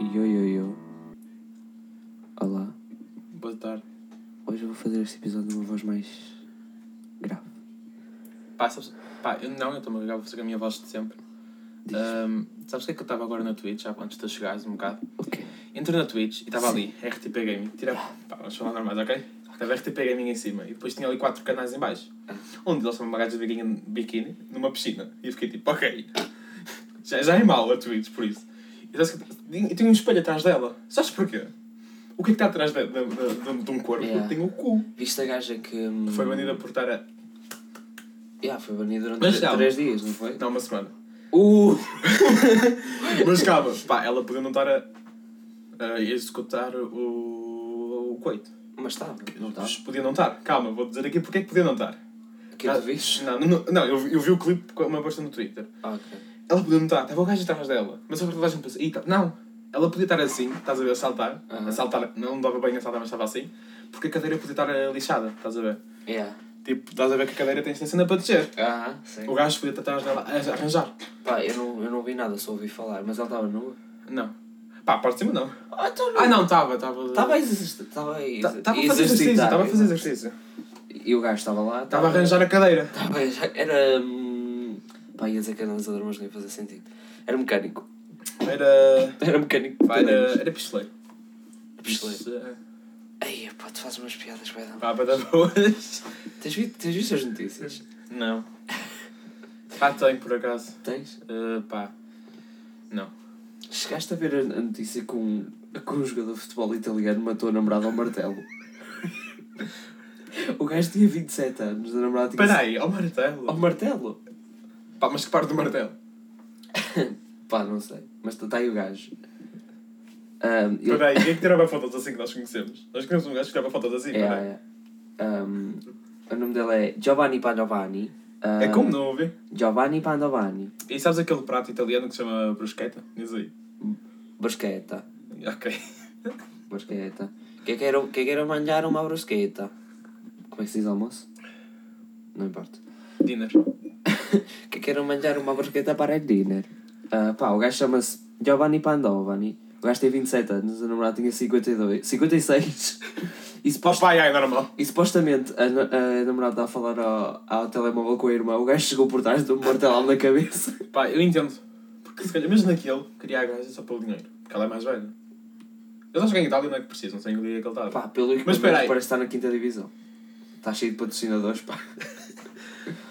Yo, yo, yo. Olá. Boa tarde. Hoje eu vou fazer este episódio numa voz mais grave. Pá, sabes, pá, eu não, eu estou-me a ligar, vou fazer a minha voz de sempre. Diz. Ahm, sabes o que é que eu estava agora na Twitch, já antes de tu chegares um bocado? O quê? Entrei na Twitch e estava ali, RTP Gaming. Tira, pá, vamos falar normais, ok? Estava RTP Gaming em cima e depois tinha ali quatro canais em baixo. Um deles foi uma gaja de biquíni- biquíni numa piscina. E eu fiquei tipo, ok. Já, já é mau a Twitch, por isso. E sabes que- e tinha um espelho atrás dela. Sabes porquê? O que é que está atrás de, de- de- de- de um corpo? Yeah. Tem o cu. Viste a gaja que. hum, Foi banida por estar a... Yeah, foi banida durante Mas tre- não. três dias, não foi? Não, uma semana. Uh! Mas calma, pá, ela podia não estar a, a executar o, o coito. Mas estava, não tá. estava? Mas Podia não estar. Calma, vou dizer aqui porque é que podia não estar. Que Ah. tu viste? Não, não, não eu, eu vi o clipe com uma posta no Twitter. Ah, ok. Ela podia não estar, estava o gajo atrás dela. Mas só que toda a gente pensa, "Ih, tá- não, ela podia estar assim, estás a ver, a saltar. Aham. A saltar, não dava bem a saltar, mas estava assim. Porque a cadeira podia estar eh, lixada, estás a ver? Yeah. Tipo, estás a ver que a cadeira tem esta cena para descer. Aham, sim. O gajo podia estar atrás dela a arranjar. Pá, eu não, eu não vi nada, só ouvi falar, mas ela estava nua. Não. Pá, a parte de cima não. Ah, então Ah, não, estava, estava. Estava a exercitar. Estava a exer- Estava tá- a fazer exercício, exercitar. estava a fazer exercício. E o gajo estava lá. Estava a arranjar a cadeira. Estava a arranjar. Era. hum, Pá, ia dizer canalizador, mas não ia fazer sentido. Era mecânico. Era. Era mecânico. Pá, era. Era pistoleiro. é. Pistoleiro. Ai, pá, tu fazes umas piadas, vai dar. Pá, para dar boas. Tens visto, tens visto as notícias? Não. Pá, tenho por acaso. Tens? Eh, pá. Não. Chegaste a ver a a notícia que um, que um jogador de futebol italiano matou a namorada ao martelo. o gajo tinha 27 anos, a namorada tinha. Espera aí, ao martelo. Ao martelo? Pá, mas que parte do martelo? Pá, não sei. Mas está aí o gajo. Ahm, ele- Espera aí, quem é que tirava fotos assim que nós conhecemos? Nós conhecemos um gajo que tirava fotos assim, É, espera aí. é. Ahm, o nome dele é Giovanni Padovani. É Ahm, como não ouvi? Giovanni Padovani. E sabes aquele prato italiano que se chama bruschetta? Diz aí. Bruschetta. Ok. Bruschetta. Que quero, que quero manjar uma bruschetta. Como é que se diz almoço? Não importa. Dinner. que quero manjar uma bruschetta para o dinner. Ah, pá, o gajo chama-se Giovanni Pandovani. O gajo tem 27 anos, a namorada tinha 52, 56. E, Oh, suposta- pá, é normal. e supostamente a, na- a namorada está a falar ao, ao telemóvel com a irmã. O gajo chegou por trás de um martelão na cabeça. Pá, eu entendo. Porque se calhar, mesmo naquele, queria a gaja só pelo dinheiro. Porque ela é mais velha. Eu acho que em Itália não é que precisa, não sei onde é que ele estava. Pá, pelo que Mas espera aí. parece estar na quinta divisão. Está cheio de patrocinadores, pá.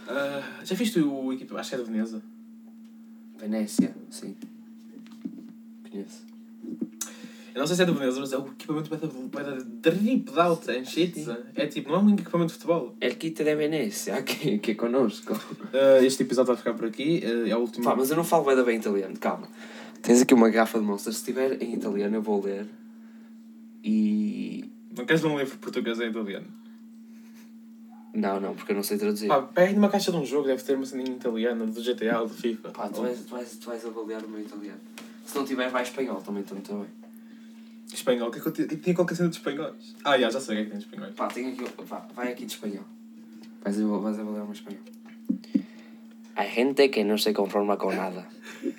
Ah, já viste o equipa? Acho que é da Veneza. Venécia, sim. Conheço. Eu não sei se é da Veneza, mas é o equipamento para da drip de alta em Chitza. É tipo, não é um equipamento de futebol. El kit de Venécia, aqui, aqui connosco. Hum. Ah, este episódio vai ficar por aqui. é o último. Pá, mas eu não falo bem, bem italiano, calma. Tens aqui uma garrafa de monstros. Se estiver em italiano, eu vou ler. E. Não queres ler um livro português em italiano? Não, não, porque eu não sei traduzir. Pá, pega numa caixa de um jogo, deve ter uma cena em italiano, do GTA ou do FIFA. Pá, tu vais, tu, vais, tu vais avaliar o meu italiano. Se não tiver, vai espanhol também, estou muito bem. Espanhol, o que é que eu tinha- tinha qualquer cena de espanhóis. Ah, já, já sei o que é que tem de espanhóis. Pá, tenho aqui. Pá, vai aqui de espanhol. Vais, avaliar- vais avaliar o meu espanhol. Hay gente que no se conforma con nada,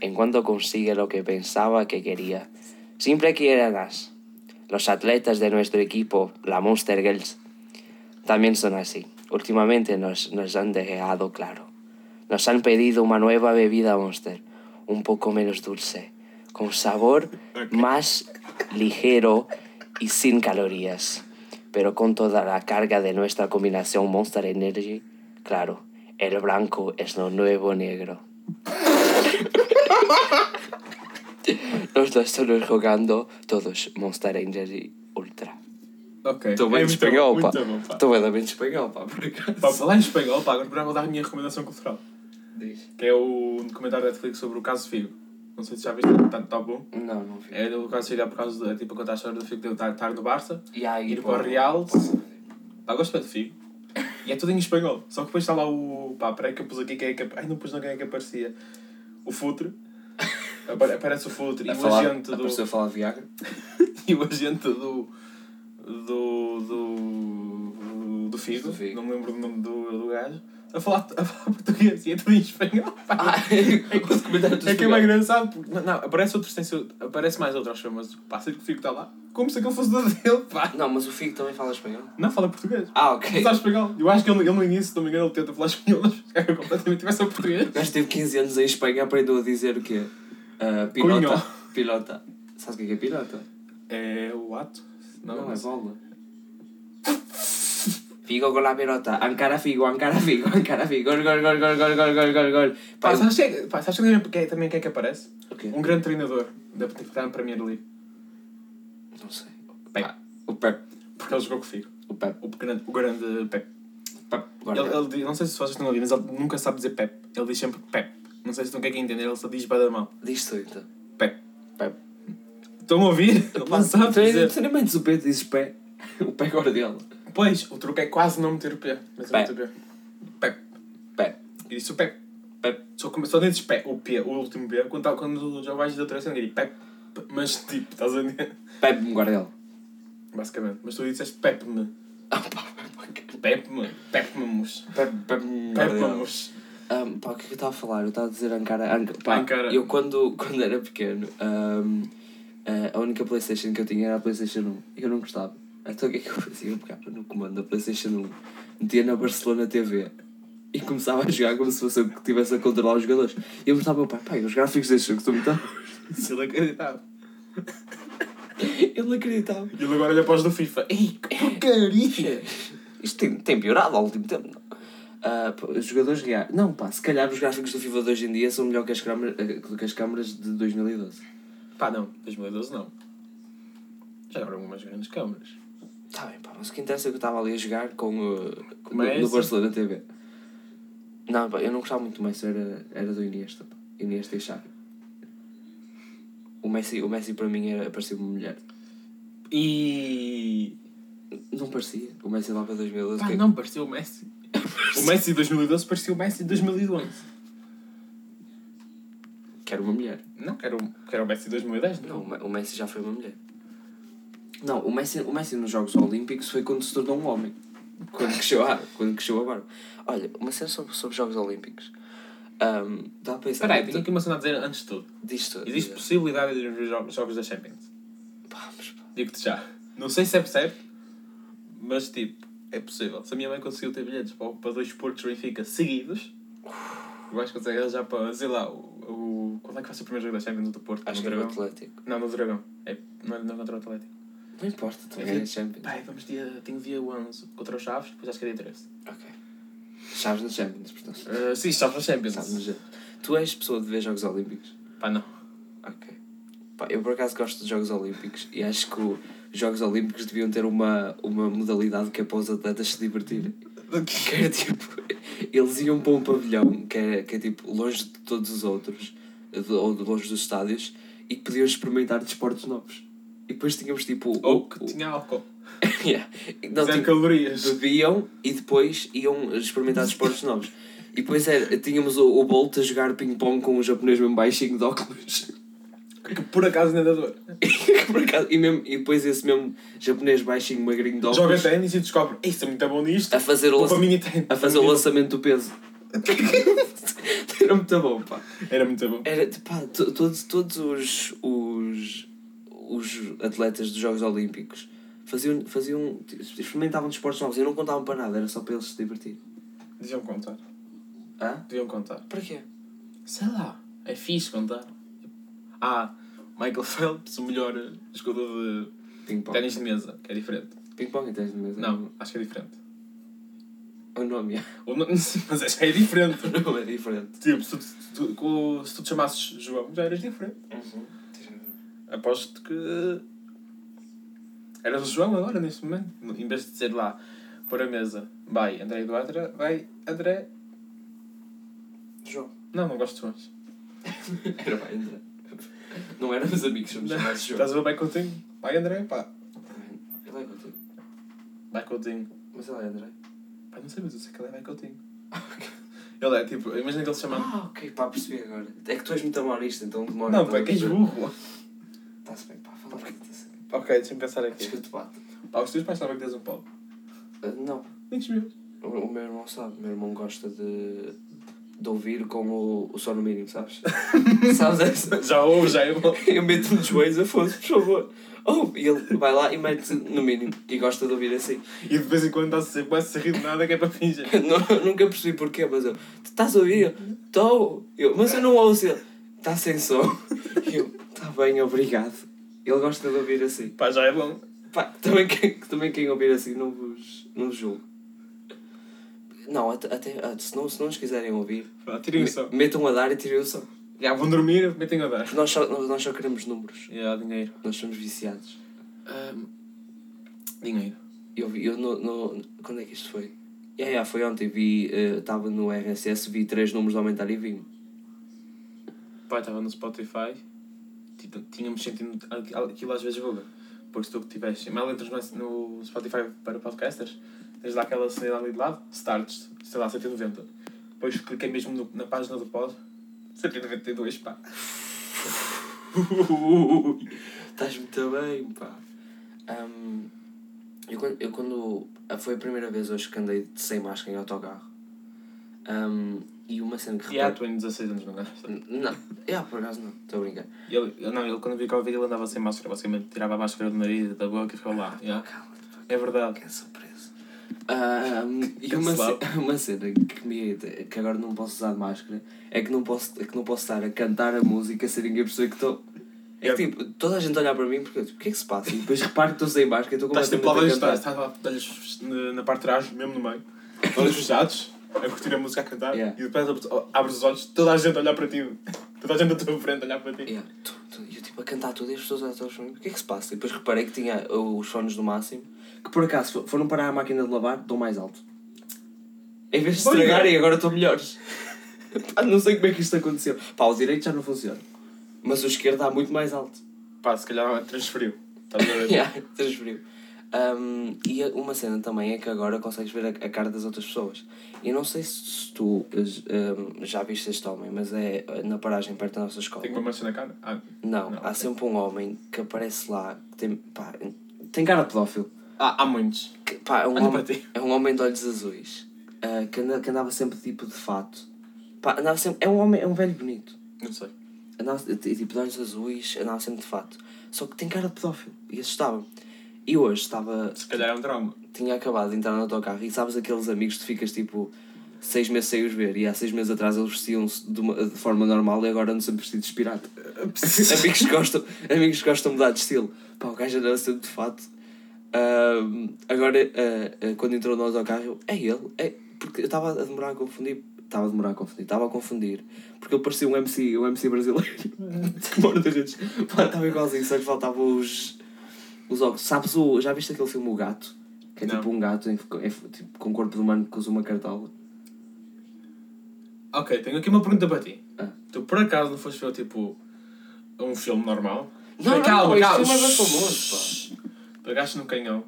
en cuanto consigue lo que pensaba que quería. Siempre quieren más. Los atletas de nuestro equipo, la Monster Girls, también son así. Últimamente nos, nos han dejado claro. Nos han pedido una nueva bebida Monster, un poco menos dulce, con sabor más ligero y sin calorías, pero con toda la carga de nuestra combinación Monster Energy. Claro, el blanco es lo nuevo negro. Los dos solos jugando, todos Monster Energy Ultra. Ok. Estou bem de espanhol, pá. É muito bom, muito bom, pá. Estou bem, bem de espanhol, pá, por acaso. Pá, falar em espanhol, pá, agora vou dar a minha recomendação cultural. Diz. Que é o documentário da Netflix sobre o caso Figo. Não sei se já viste, tanto tá bom. Não, não vi. É do caso Figo é por causa de, é tipo, contar a história do Figo de estar no Barça. E aí, Ir para o Real. Pá, gosto bem de Figo. E é tudo em espanhol. Só que depois está lá o... Pá, peraí que eu pus aqui quem é que... Ai, não pus não quem é que aparecia. O Futre. Apare- Aparece o Futre. E A o falar, um agente do... Apareceu a falar de Viagra. E o agente do... Do... Do... Do Figo. Do Figo. Não me lembro do nome do, do gajo. a falar, a falar português e é tudo em espanhol. pá. é que os comentários Ah, É que é mais engraçado porque. Não, não, aparece, outro, tem seu- aparece mais outro, acho eu, mas pá, sempre que o Fico está lá, como se aquele fosse o dele, pá. Não, mas o Figo também fala espanhol. Não, fala português. Ah, Não ok. sabe espanhol. Eu acho que ele, ele no início, se não me engano, ele tenta falar espanhol, mas é completamente vai ser português. O gajo teve 15 anos em Espanha, aprendeu a dizer o quê? Ah, pilota. Cunho. Pilota. Sabes o que é que é pilota? É o ato? Não, Não, é mas. bola. Figo con la pelota. Ankara Figo, Ankara Figo, Ankara Figo. Gol, gol, gol, gol, gol, gol, gol, gol, gol. Pá, Pá, sabes que é- pá, sabes que também- que é- também quem é que aparece? o quê? Um grande treinador da que está na Premier League. Não sei. Pep. O Pep. Porque ele jogou com o Figo. O Pep. O grande, o grande Pep. Pep. Ele, Guardiola. ele diz- não sei se vocês estão a ouvir, mas ele nunca sabe dizer Pep. Ele diz sempre Pep. Não sei se estão a entender, ele só diz bada mão. Diz tu então. Pep. Pep. Estão a ouvir? Ele não sabe dizer. Tu nem metes o pé, dizes pé. O pé Guardiola. Pois, o truque é quase não meter o pé. Mas eu Pé. meto o pé. Pé. Pé. E disse o pé. Pé. Só, come- só dizes pé, o pé, o último pé, quando, tá- quando já vais da outra cena, eu digo pé. pé. Mas tipo, estás a ver? Pep Guardiola. Basicamente. Mas tu disseste pep-me. Ah, Pep-me. Pep-me, moço. Pep Pep Pep-me, Guardiola. moço. Um, pá, o que é que eu estava a falar? Eu estava a dizer Ankara. Anca, pá, Ankara. Eu quando, quando era pequeno, um, a- a única Playstation que eu tinha era a Playstation 1 e eu não gostava. Então o que é que eu fazia? Eu pegava no comando da Playstation 1, metia na Barcelona TV e começava a jogar como se fosse eu que estivesse a controlar os jogadores. E eu mostrava ao meu pai, pai, os gráficos deste jogo estão muito bons." Se ele acreditava. Ele não acreditava. E ele agora olha para os do FIFA. Ei, que porcaria! Isto tem, tem piorado ao último tempo, não? Ah, pá, os jogadores reais. Não, pá, se calhar os gráficos do FIFA de hoje em dia são melhor que as câmaras, do que as câmaras de 2012. Pá, não. 2012 não. Já eram umas grandes câmaras. Tá bem, pá, mas o que interessa é que eu estava ali a jogar com, uh, com- eh, No, Mas- no Barcelona TV. Não, pá, eu não gostava muito do Messi, era, era do Iniesta. Pá. Iniesta e Xavi. O Messi, o Messi para mim era, parecia uma mulher. E... Não parecia. O Messi lá para 2012. Pá, que- não, parecia o Messi. o Messi de 2012 parecia o Messi de 2011. Que era uma mulher. Não, que era o, que era o Messi de 2010, Não, não. o Me- o Messi já foi uma mulher. Não, o Messi, o Messi nos Jogos Olímpicos foi quando se tornou um homem. Quando cresceu a, quando cresceu a barba. Olha, uma cena sobre, sobre Jogos Olímpicos. Ahm, dá para pensar. Espera aí, tenho aqui uma cena a dizer antes de tudo. Diz tudo. Existe possibilidade de ir ver jo- jogos da Champions. Pá, mas pá. Digo-te já. Não sei se é certo, mas tipo, é possível. Se a minha mãe conseguiu ter bilhetes para, para dois Portos Benfica seguidos, eu acho que consegue arranjar para, sei lá, o, o... Qual é que vai ser o primeiro jogo da Champions do Porto? Acho no é que era o Dragão? Atlético. Não, no Dragão. É, não é não é contra o Atlético. Não importa, tu É. ganhas Champions. Pai, vamos dia... Tenho dia 11 contra os Chaves, depois acho que é dia 13. Ok. Chaves na Champions, portanto. Ah, sim, Chaves na Champions. Sabe, mas, eh, Tu és pessoa de ver Jogos Olímpicos? Pá, não. Ok. Pá, eu por acaso gosto de Jogos Olímpicos e acho que o- os Jogos Olímpicos deviam ter uma, uma modalidade que é para os atletas se divertirem. Que era tipo, eles iam para um pavilhão que é, que é tipo longe de todos os outros, de- ou de longe dos estádios, e que podiam experimentar desportos novos. E depois tínhamos tipo. o- Ou Oh, que o- tinha álcool. Yeah. Não, Zero tipo, calorias. bebiam e depois iam experimentar esportes novos. E depois era, tínhamos o, o Bolt a jogar ping-pong com um japonês mesmo baixinho de óculos. Que por acaso ainda dá dor. Por acaso, e, mesmo, e depois esse mesmo japonês baixinho, magrinho de Joga óculos, ténis e descobre, "Ei, sou muito bom nisto. a fazer, o Vou lança- para um a mini ténis. a fazer o lançamento do peso. Era muito bom, pá. Era muito bom. Era, pá, to- todos, todos os, os, os atletas dos Jogos Olímpicos faziam, faziam, experimentavam desportos novos e não contavam para nada, era só para eles se divertirem. Deviam contar. Hã? Deviam contar. Para quê? Sei lá. É fixe contar. Ah, Michael Phelps, o melhor eh, jogador de Ping-pong. ténis de mesa. Que é diferente. Ping-pong e tens de mesa? Não, acho que é diferente. É O nome é. Ou não, mas acho que é diferente. O nome é diferente. Tipo, se tu, tu- se tu te chamasses João, já eras diferente. Uhum. Aposto que. Eras o João agora, neste momento. Em vez de dizer lá, pôr a mesa, vai André Duatra, vai André. João. Não, não gosto de Joões. Era bem, André. Não éramos amigos, somos Não. chamados João. Estás a ver bem contigo? Vai André, pá. Ele é contigo. Vai contigo. Mas ele é André. Pá, não sei, mas eu sei que ele é vai contigo. Ele é tipo, imagina que ele se chama. Ah, ok, pá, percebi agora. É que tu és muito amorista, então demora. não, para pá, que és burro. Está-se bem, pá, fala para que está-se bem. Ok, deixa-me pensar Acho que aqui. eu te bato. Pá, os teus pais sabem que tens um pau. Ah, Não. Muitos meus. O, o meu irmão sabe, o meu irmão gosta de, de ouvir com o, o sono mínimo, sabes? sabes essa? Já ouve, já é bom. Eu meto-me nos joelhos, Afonso, por favor. Oh, e ele vai lá e mete no mínimo e gosta de ouvir assim. E de vez em quando está-se sempre a se rir de nada que é para fingir. Não- nunca percebi porquê, mas eu, tu estás a ouvir? Estou! Eu, mas eu não ouço ele, está sem som. E eu, está bem, obrigado. Ele gosta de ouvir assim. Pá, já é bom. Pá, também quem, também quem ouvir assim não vos, não vos julgo. Não, até, até ah, se, não, se não nos quiserem ouvir, Pá, tirem o som. me- metam a dar e tirem o som. Já vão dormir, metem a dar. Nós só, nós nós só queremos números, Já, dinheiro. nós somos viciados. dinheiro. Eu vi, eu no, no, quando é que isto foi? Yeah, yeah, foi ontem, vi, estava no RSS, vi três números aumentar e vim. Pai, estava no Spotify. Tipo, tínhamos sentido aqu- aquilo às vezes buga. Porque se tu que tiveste. Mal entras no no Spotify para podcasters, tens lá aquela cena ali de lado, starts, sei lá, 190. Depois cliquei mesmo no- na página do pod. 192, pá. Estás muito bem, pá. Ahm, eu, quando, eu quando. ah, Foi a primeira vez hoje que andei de- sem máscara em autocarro. Ahm, e uma cena que E há, reparo- tu em 16 anos não gasta. N- Não, yeah, por acaso não, estou a brincar. Ele, ele- não, ele quando vi Covid ele andava sem máscara, basicamente tirava a máscara do nariz, da boca e ficava lá. yeah. Cala-te, pá, É verdade. que é surpresa. Ahm, e uma, Cancelado. ce- uma cena que, me, irrita, que agora não posso usar de máscara é que não posso, é que não posso estar a cantar a música sem ninguém perceber que estou. É que tipo, toda a gente olhar para mim porque eu tipo, o que é que se passa? E depois reparo que estou sem máscara e estou Estás completamente tipo lá dois, a cantar. estás estás lá olhos na- na parte de trás, mesmo no meio, olhos fechados, a curtir a música a cantar Yeah. e depois ab- abres os olhos, toda a gente a olhar para ti, toda a gente à tua frente a olhar para ti. Yeah, É, tu, tu, eu tipo a cantar tudo e as pessoas a todos o que é que se passa? E depois reparei que tinha uh, os fones do máximo, que por acaso fo- foram parar à máquina de lavar, estão mais alto. Em vez de Olha. estragarem, agora estão melhores. Pá, não sei como é que isto aconteceu. Pá, o direito já não funciona. Mas o esquerdo está muito mais alto. Pá, se calhar transferiu. Estás a ver? Yeah, transferiu. Um, e a- uma cena também é que agora consegues ver a, a cara das outras pessoas. Eu não sei se, se tu um, já viste este homem, mas é uh, na paragem perto da nossa escola. Tenho uma mancha na cara? Ah, Não, Não, há ok. sempre um homem que aparece lá que tem, pá, tem cara de pedófilo. ah, há muitos. Que, pá, é, um Olha homem, para ti. é um homem de olhos azuis ah, que, anda- que andava sempre tipo de fato. Pá, andava sempre, é um homem, é um velho bonito. Não sei. Andava, e, tipo de olhos azuis, andava sempre de fato. Só que tem cara de pedófilo e assustava-me. E hoje estava, Se calhar é um trauma. tinha acabado de entrar no autocarro e sabes aqueles amigos que tu ficas tipo seis meses sem os ver e há seis meses atrás eles vestiam-se de, uma- de forma normal e agora andam sempre vestidos de pirata. É amigos, que gostam, amigos que gostam de mudar de estilo. Pá, o gajo andava sempre de fato. Ahm, agora, ah, ah, quando entrou no autocarro, é ele. É, porque eu estava a demorar a confundir. Estava a demorar a confundir, estava a confundir. Porque ele parecia um MC, um MC brasileiro. Moro de redes. Pá, estava igualzinho, só lhe faltavam os. Os óculos. Sabes o. Já viste aquele filme O Gato? Que é Não. tipo um gato em- é tipo, com corpo de humano que usa uma cartola. Ok, tenho aqui uma pergunta para ti. Ah. Tu por acaso não foste ver tipo um filme normal? Não, não, não, este filme é bem Shhh. famoso, Pegaste no canhão,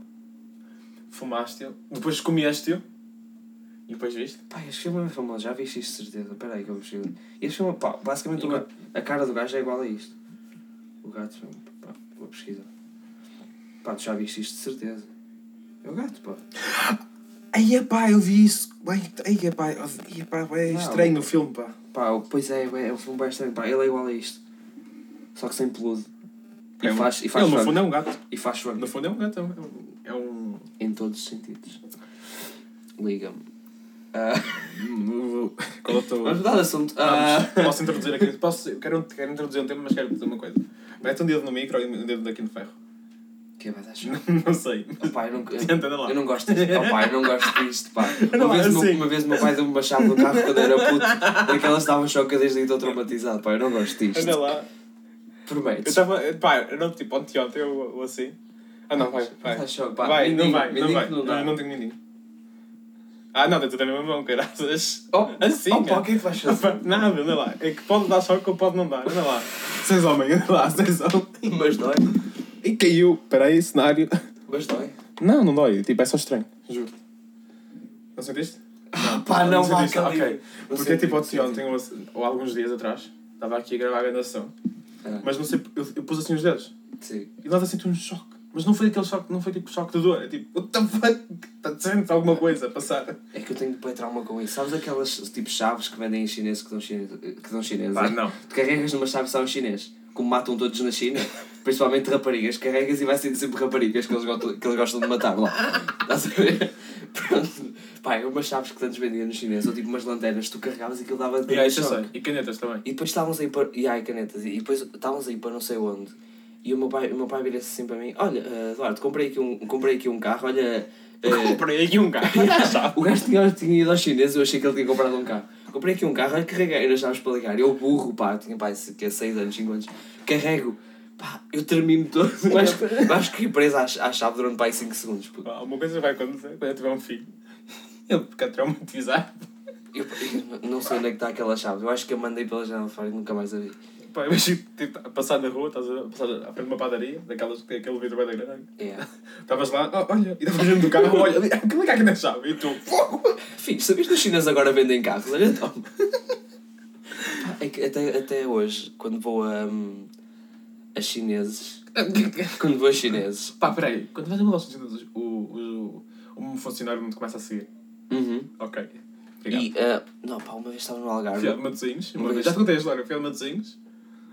fumaste-o, depois comeste-o e depois viste. Pá, este filme é bem famoso, já viste isto de certeza. Espera aí que eu preciso. Este filme, pá, basicamente o Enquanto- gato- a cara do gajo é igual a isto. O gato, filme, pá, vou pesquisar. Pá, tu já viste isto de certeza. É o gato, pá. Ai, pá, eu vi isso. Ai, pá, é Não. estranho o filme, pá. Pá, o- pois é, é um filme bem estranho, pá, ele é igual a isto. Só que sem peludo. E faz, um e faz Ele, no funk. fundo, é um gato. E faz funk. No fundo, é um gato. é um- É um... Em todos os sentidos. Liga-me. Ah, Hum, Qual é o teu... vamos mudar de assunto. Ah, Vamos, Posso introduzir aqui... Posso... Quero, quero introduzir um tema, mas quero dizer uma coisa. Mete um dedo no micro e um dedo daqui no ferro. que é vais achar? Não sei. Pá, eu não, eu, Tenta, anda lá. eu não gosto disto. Oh, pá, eu não gosto disto, pá. Uma Não, vez, o meu- assim. uma vez o meu pai deu-me uma chave do carro quando era puto. Daquelas estavam chocadas e estou traumatizado, pá. Eu não gosto Anda disto. lá. Eu Prometo. estava... Pá, eu não... Tipo, ontem, ontem, eu ou assim... Ah, não, vai. Vai, Tá choque, pá. vai Mindinho, não vai, não mindinho vai. que não dá. Eu não tenho mindinho. Ah, não, tu também a mão, caraças. Oh, Assim, oh, pá, cara. o que é que vais Ah, fazer? pá, Nada, anda lá. É que pode dar choque ou pode não dar. Anda lá. Seis homem, anda lá, seis homem. Mas dói. E caiu. Peraí, cenário. Mas dói. Não, não dói. Tipo, é só estranho. Juro. Não sentiste? Ah, pá, não, vá, sentiste. calma. Ok. Porque, tipo, ontem, ontem ou, ou alguns dias atrás, estava aqui a gravar a gravação. Ah. Mas não sei, eu, eu pus assim os dedos. Sim. E lá senti um choque. Mas não foi aquele choque, não foi tipo choque de dor. É tipo, what the fuck? Tá- Sentes alguma coisa a passar. É que eu tenho bué trauma com isso. Sabes aquelas tipo chaves que vendem em chinês que dão, chine... que dão chineses? é? Pá, não. Tu carregas numa chave só um chinês. Como matam todos na China. Principalmente raparigas. Carregas e vai sendo sempre raparigas que eles, gotam- que eles gostam de matar lá. Estás a ver? Pronto. Pá, é umas chaves que tantos vendiam no chinês. Ou tipo umas lanternas. Tu carregavas e aquilo dava de E aí, já sei. E canetas também. e depois estávamos aí para. E ai, canetas. E depois estávamos aí para não sei onde. E o meu pai, o meu pai vira-se assim para mim: Olha, eh, Eduardo, comprei aqui um, comprei aqui um carro. Olha. eh, Comprei aqui um gajo. o gajo tinha, tinha ido aos chineses. Eu achei que ele tinha comprado um carro. Comprei aqui um carro. Olha, carreguei nas chaves para ligar. Eu, burro, pá, tinha pá, esse- que é 6 anos, 5 anos. Carrego. Pá, eu termino todo. Acho, acho que fiquei preso à, ch- à chave durante pá 5 segundos. puto. Alguma coisa vai acontecer quando eu tiver um filho. Ele fica traumatizado. Eu, eu não sei onde é que está aquela chave. Eu acho que a mandei pela janela fora e nunca mais a vi. Pá, eu imagino tipo, a passar na rua, estás a passar à frente de uma padaria, daquelas que tem aquele vidro bem da grande. Yeah. Estavas lá, oh, olha, e estavas dentro do carro, olha, ali, ah, é que liga aqui na chave. E tu, fogo! Filho, sabias que os chineses agora vendem carros? Olha, toma. É que até, até hoje, quando vou a, hum, a chineses, quando vou a chineses, Pá, peraí, quando vais a mudar os funcionários, o, o, o, um funcionário não te começa a seguir. Ok. Uhum. Obrigado. e, ah, não, pá, uma vez estava no Algarve, Fui ao de Matosinhos, uma Uma vez. vez. Já te contei a história, fui ao de Matosinhos,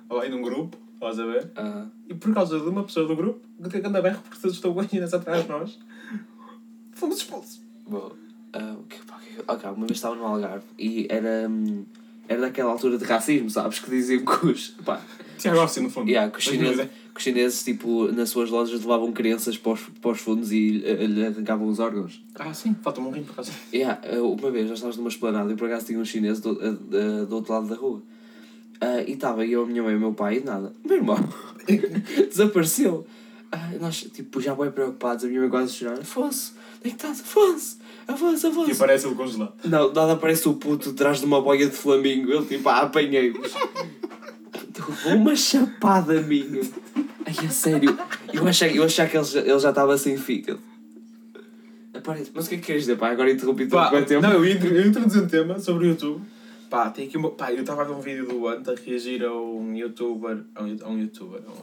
lá em um grupo, estás a ver? ah, E por causa de uma pessoa do grupo, que tem que andar berro porque se assustou com a Inês atrás de nós, fomos expulsos. bom, ah, o que, pá, o que- ok, uma vez estava no Algarve e era, hum, era daquela altura de racismo, sabes, que diziam que os, pá, Tiago Alves, no fundo. yeah, que os, Dois mil e chineses, é. dez. que os chineses, tipo, nas suas lojas levavam crianças para os, para os fundos e ah, lhe arrancavam os órgãos. Ah, sim, falta-me um rim por causa. Yeah, uh, uma vez nós estávamos numa esplanada e por acaso tinha um chinês do, uh, uh, do outro lado da rua. Ah, e estava eu, a minha mãe e o meu pai e nada. Meu irmão desapareceu. Ah, nós, tipo, já bem preocupados, a minha mãe quase a chorar. Afonso, onde é que estás? Afonso, Afonso, E Afonso. aparece ele congelado. Não, nada aparece o puto atrás de uma boia de flamingo. Ele tipo, ah, apanhei-vos. Levou uma chapada minha. Ai, a sério. Eu achei, eu achei que ele já, ele já estava sem fígado. Aparece. Mas o que é que queres dizer? Pá, agora interrompi Pá, tanto quanto tempo. Não, eu ia intro- eu ia introduzir um tema sobre o YouTube. Pá, tem aqui uma. Pá, eu estava a ver um vídeo do Anta a reagir a um youtuber. A um, you- a um youtuber. A um,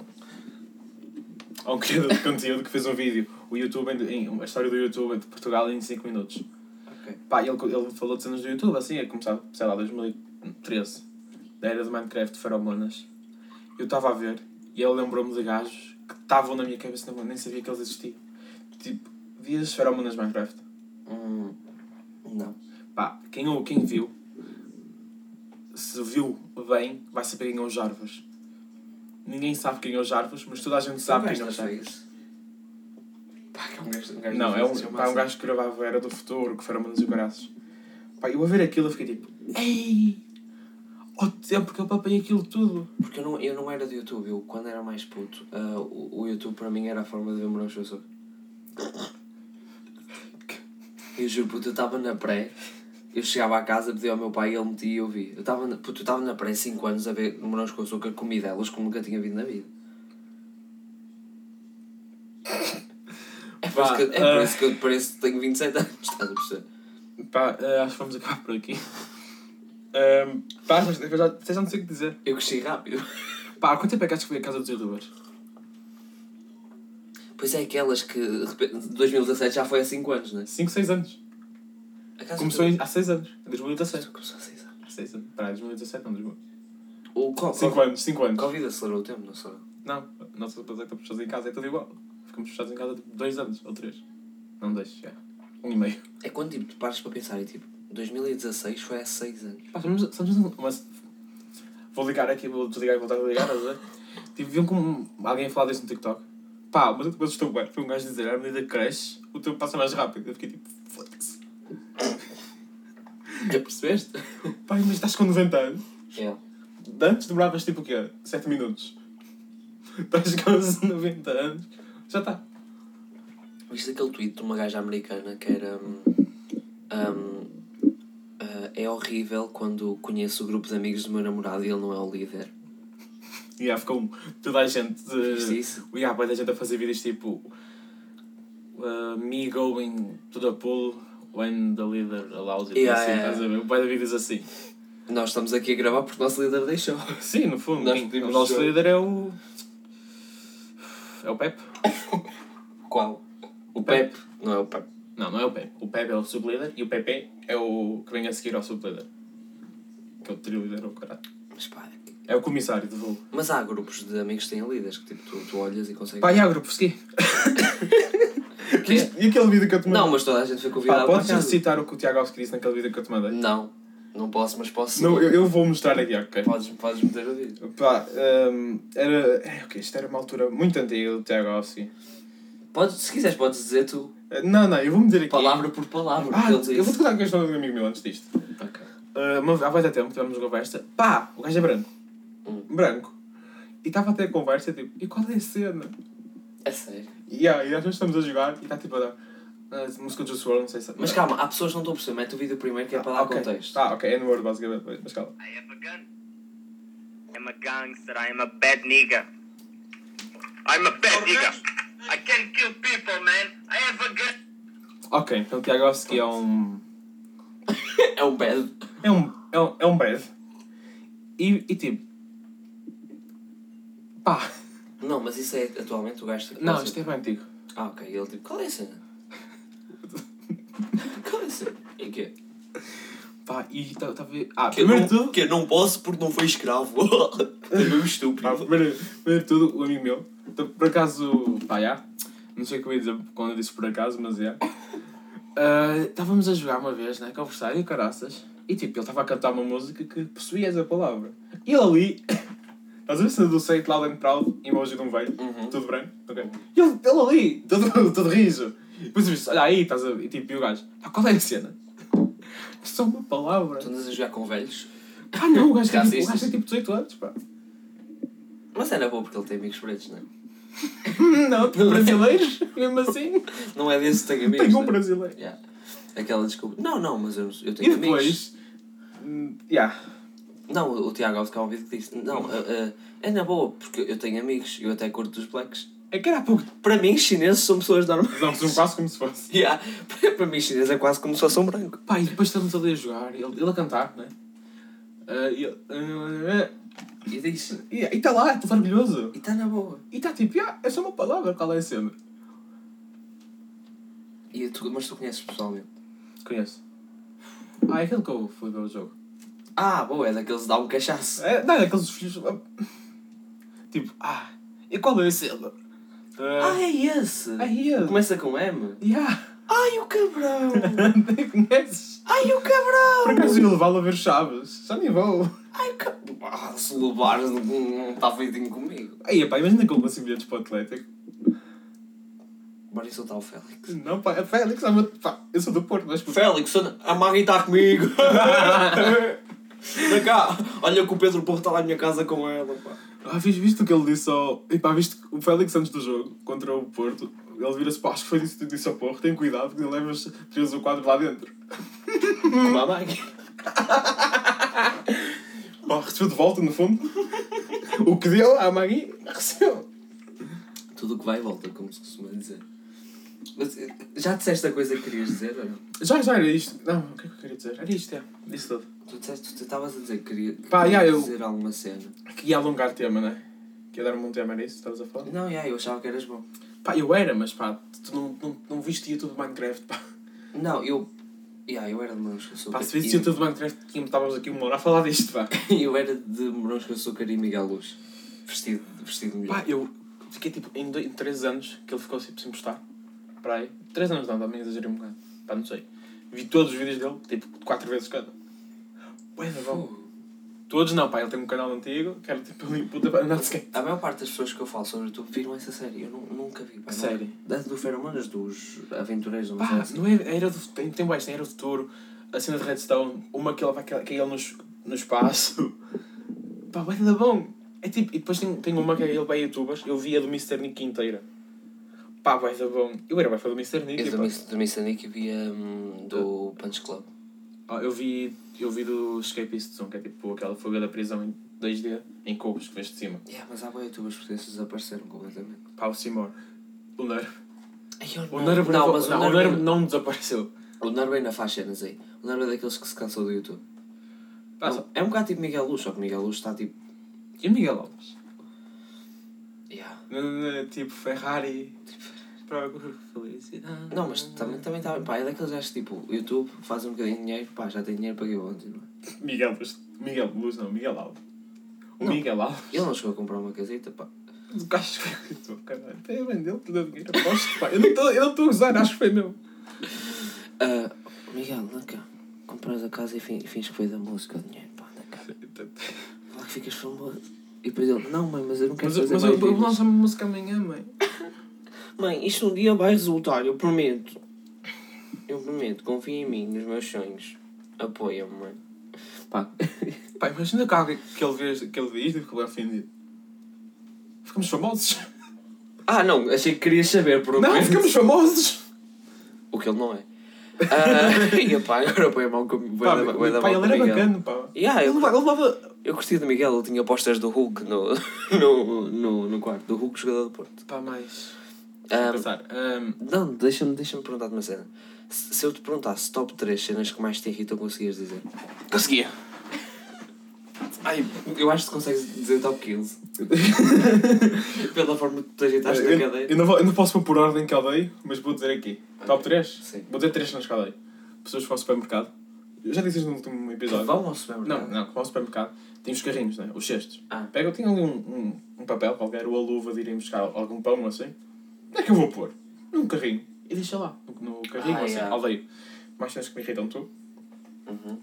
a um criador de conteúdo que fez um vídeo. O YouTube em, em- a história do YouTube de Portugal em 5 minutos. Ok. Pá, ele, ele falou de cenas do YouTube, assim, a começar, sei lá, 2013. Da era do Minecraft de Feromonas. Eu estava a ver e ele lembrou-me de gajos que estavam na minha cabeça, não- nem sabia que eles existiam. Tipo, vias Feromonas Minecraft. Hum, não. Pá, quem, ou- quem viu, se viu bem, vai saber quem é o Jarvas. Ninguém sabe quem é o Jarvas, mas toda a gente sabe quem é o Jarvas. Pá, que é um gajo. Um gajo Não, é difícil, um, pá, é um mas- gajo que gravava Era do Futuro, que foram manos e graças. Pá, eu a ver aquilo eu fiquei tipo, ei! Ao tempo que eu papei aquilo tudo! Porque eu não, eu não era do YouTube, eu quando era mais puto, ah, o, o YouTube para mim era a forma de ver morangos com açúcar. Eu juro, puto, eu estava na pré, eu chegava à casa, pedia ao meu pai, ele metia e eu vi. Eu estava na, puto, eu estava na pré 5 anos a ver morangos com açúcar, comi delas como nunca tinha vindo na vida. É por, Pá, isso que, é por ah. isso que eu pareço que tenho 27 anos, estás a perceber? Pá, eh, acho que vamos acabar por aqui. Ahm, pá, mas eu já, já não sei o que dizer. Eu cresci rápido. Pá, há quanto tempo é que acho que foi a casa dos youtubers? Pois é, aquelas que de repente, 2017 já foi há 5 anos, não é? 5, 6 anos. A casa Começou do- em- há 6 anos, em 2016. Começou há 6 anos. Há seis anos. Peraí, 2017, não, 2000. O co- 5 anos, 5 co- anos. Covid acelerou o tempo, não sei. Não, nós depois é que estamos fechados em casa, é tudo igual. Ficamos fechados em casa tipo 2 anos, ou 3. Não 2, já. 1 e meio. É quando tipo, tu paras para pensar e tipo, 2016 foi há 6 anos. Pá, estamos, estamos mas Vou ligar aqui, vou desligar e voltar a ligar, estás a ver? Tipo, viam como alguém falar disso no TikTok. Pá, mas eu depois estou bem. Foi um gajo dizer, à medida que cresce, o tempo passa mais rápido. Eu fiquei tipo, foda-se. Já percebeste? Pai, mas estás com 90 anos. É. De Antes demoravas tipo o quê? 7 minutos. Estás quase 90 anos. Já tá. está. Viste aquele tweet de uma gaja americana que era. hum, hum, ah, é horrível quando conheço o grupo de amigos do meu namorado e ele não é o líder. E yeah, ficou um- toda a gente. Viste eh, isso? Yeah, bué da gente a fazer vídeos tipo uh, Me going to the pool when the leader allows it. Yeah, assim, yeah, estás a ver? Bué de vídeos assim. Nós estamos aqui a gravar porque o nosso líder deixou. Sim, no fundo. Nós quem- pedimos o nosso jogo. líder é o. É o Pepe. Qual? O Pepe. Pepe. Não é o Pepe. Não, não é o Pepe. O Pepe é o sublíder e o PP é o que vem a seguir ao sublíder. Que é o trilíder ou o caralho. Mas pá. É o comissário do voo. Mas há grupos de amigos que têm líderes que tipo, tu, tu olhas e consegues. Pá, e há grupo, segui. Viste- E aquele vídeo que eu te mandei? Não, mas toda a gente foi Pá, convidada podes para- recitar o que o Tiago Alves disse naquele vídeo que eu te mandei? Não, não posso, mas posso. Não, eu, eu vou mostrar aqui, ok? Podes, podes meter o vídeo. Pá, hum, era. É, ok, isto era uma altura muito antiga do Tiago Alves. Eh, Podes, se quiseres, podes dizer tu Não, não, eu vou meter aqui. palavra por palavra. Ah, porque ele eu vou te disse. contar uma questão de um amigo meu antes disto. Ok. Uh, uma, há bastante tempo tivemos uma conversa. Pá, o gajo é branco. Hum. Branco. E estava a ter a conversa, tipo, e qual é a cena? É sério. E, ah, e às vezes estamos a jogar e está tipo a dar. uh, música do Juice WRLD, não sei se. Mas calma, há pessoas que não estão a perceber. Mete o vídeo primeiro que é para dar ok. contexto. Ah, ok, é no Word basicamente, mas calma. I have a gun. I'm a gangster. I am a bad nigga. I'm a bad nigga. I can kill people, man. I have a gun. Ok, então o Tiago Alves é um. É um bad. É um, é um, é um bad. E, e tipo. Pá. Não, mas isso é atualmente o gajo que Não, isto é bem antigo. Ah, ok. Ele tipo, qual é a cena? qual é a cena? Em quê? Pá, e estava a ver. Ah, Que eu, primeiro de não, tudo. que eu não posso porque não fui escravo. é mesmo Pá, estúpido. primeiro, primeiro de tudo, o amigo meu. Então, por acaso. Pá, já. Não sei o que eu ia dizer quando eu disse por acaso, mas é. Ah, Estávamos a jogar uma vez, né? Conversar e o caraças. E tipo, ele estava a cantar uma música que possuía essa palavra. E ele ali. Estás a ver se do Saint Loud and Proud, emoji de um velho, tudo branco, ok? E ele, ele ali, todo, todo riso. Depois eu disse, olha aí, estás a ver? E tipo, e o gajo, "Ah, qual é a cena? É só uma palavra. Tu andas a jogar com velhos. Ah não, o gajo tem, tipo, o Racistas. gajo tem tipo 18 anos, pá. Mas era bom porque ele tem amigos pretos, não é? Não, tem brasileiros, mesmo assim. Não é desse que tem amigos. Tem um né? brasileiro. Yeah. Aquela desculpa. Não, não, mas eu, não- eu E tenho amigos. depois. hum, Yeah. Não, o Tiago Alves que há um vídeo que disse: Não, eh, eh, é na boa, porque eu tenho amigos, eu até curto dos blacks. É que era há pouco. Para mim, chineses são pessoas normais. Damos um passo como se fosse. Yeah. Para mim, chinês é quase como se fosse um branco. Pá, e depois estamos ali a jogar, ele, ele a cantar, né? Ah, e ele. ah, E disse: e está lá, está orgulhoso. E está na boa. E está tipo, ah, é só uma palavra, qual é a cena? E tu, mas tu conheces pessoalmente. Conheço. Ah, é aquele que eu fui ver o jogo. Ah, boa, é daqueles que dá um cachaço. É, não, é aqueles filhos. ah, Tipo, ah, e qual é a cena? Ah, é esse! é ele. Começa com é. M. Yeah. é Ai, o cabrão! Conheces? Ai, o Por cabrão! acaso ia levá-lo a ver Chaves? Já nem vou. Ai, o cabrão! Ah, se levares, não- não está feitinho comigo. Aí, pá, imagina que eu consigo bilhetes para o Atlético. Bora insultar o Félix. Não, pá, é Félix, é uma- pá, eu sou do Porto, mas... tipo, Félix, a Maggie está tá comigo. Vem cá, olha que o Pedro Porro está lá na minha casa com ela. Pá. Ah, viste, viste o que ele disse ao... E pá, viste o Félix antes do jogo, contra o Porto, ele vira-se, pá, acho que foi isso que disse ao Porro, tem cuidado que levas 3 ou 4 lá dentro. Como a Maggie. Pá, recebeu de volta, no fundo. o que deu à Magui, recebeu. Tudo o que vai e volta, como se costuma dizer. Mas eh, já disseste a coisa que querias dizer ou não? Já, já era isto. Não, o que é que eu queria dizer? Era isto, é. Disse tudo. Tu disseste, tu estavas a dizer que queria, que Pá, querias já, eu- dizer alguma cena. Que ia alongar tema, não é? Que ia dar-me um tema, era isso que estavas a falar? Não, já, eu achava que eras bom. Pá, eu era, mas pá, tu não, não, não viste YouTube de Minecraft, pá. Não, eu. Já, eu era de morangos com açúcar. Pá, se visse e- YouTube de Minecraft, tínhamos- estávamos aqui uma hora a falar disto, pá. Eu era de morangos com açúcar e Miguel Luz. Vestido, vestido Pá, melhor. eu fiquei tipo em, dois, em 3 anos que ele ficou tipo, sem postar. Para aí. 3 anos não, também exagerei um bocado. Pá, não sei. Vi todos os vídeos dele, tipo 4 vezes cada. Ué, não bom. Fogo. Todos não, pá, ele tem um canal antigo que era tipo ali, puta, pá, não sei o quê. A maior parte das pessoas que eu falo sobre o YouTube viram essa série. Eu nu- nunca vi. pá, A não- série? Da, do Feromonas dos Aventureiros, não sei Pá, assim. não é, era do, tem, tem mais, tem era do futuro. A cena de Redstone, uma que ele vai cair ele no, es- no espaço. Pá, ué, não bom. É tipo, e depois tem, tem uma que é ele vai a youtubers, eu vi a do Mr. Nick inteira. Ppá, ué, não bom. Eu era bem fã do Mr. Nick. Eu e, pá, dormi, dormi Sonic e via hum, do Punch Club. Ah, eu vi. Eu vi do Escapist Zone, que é tipo aquela fuga da prisão em 2D em cubos que vês de cima. Yeah, mas há boi youtubers portugueses desapareceram completamente. Pá, o Seymour. O Nerf. Ai, eu O não- Nerf não, não, mas o é- não, o Nerf- Nerf não desapareceu. O Narba ainda faz cenas aí. O Narba é daqueles que se cansou do YouTube. Pá, É um- Ah, só- é um bocado tipo Miguel Luz, só que Miguel Luz está tipo. E o Miguel Alves? Yeah. N- n- Tipo Ferrari. Para ver felicidade. Não, mas também também está bem. Pá, é daqueles gajos tipo, YouTube, faz um bocadinho de dinheiro, pá, já tem dinheiro para que eu continue. Miguel Luz. Miguel Luz, não, Miguel Alves. O Não. Miguel Alves. Ele não chegou a comprar uma casita, pá. O gajo que eu estou, caralho. Tem a mãe dele que deu dinheiro. Aposto, pá. Eu não estou- eu não estou a usar, acho que foi meu. Ah, Miguel, anda cá. Compras a casa e fin- fins que foi da música o dinheiro, pá, anda cá. Lá que ficas famoso. E depois ele, não mãe, mas eu não quero Mas, fazer mas mais eu, eu vídeos." lanço a minha música amanhã, mãe. Mãe, isto um dia vai resultar, eu prometo. Eu prometo, confia em mim, nos meus sonhos. Apoia-me, mãe. Pá, Pá, imagina que alguém que ele vê, que ele vê isto e ficou ofendido. Ficamos famosos. Ah, não, achei que querias saber por um Não, momento. ficamos famosos. O que ele não é. Ah, e pá, agora põe a mão com Pá, bué da- bué da pá, mão ele com era Miguel. bacana, pá. Yeah, Ele eu, leva- ele levava... eu gostei do Miguel, ele tinha postas do Hulk no, no, no, no quarto, do Hulk jogador do Porto. Pá, mais... Ah, Pensar. hum, não, deixa-me deixa perguntar-te uma cena. Se se eu te perguntasse top 3 cenas que mais te irritam, conseguias dizer? Conseguia. Ai, eu acho que consegues dizer top 15. Pela forma que tu te ajeitaste na eu, cadeira. eu não vou- eu não posso pôr por ordem que eu odeio, mas vou dizer aqui. Top 3? Sim. Vou dizer 3 cenas que eu odeio. Pessoas que vão ao supermercado. Eu já disse isto no último episódio. Vão ao Não, supermercado. não, que vão ao supermercado. Tem os carrinhos, né? Os cestos. Ah. Pega, eu tinha ali um, um, um papel qualquer, ou a luva de irem buscar algum pão ou assim. Onde é que eu vou pôr? Num carrinho. E deixa lá, no, no carrinho, Ah, ou assim, yeah. aldeio. Mais cenas que me irritam, tu? Uhum.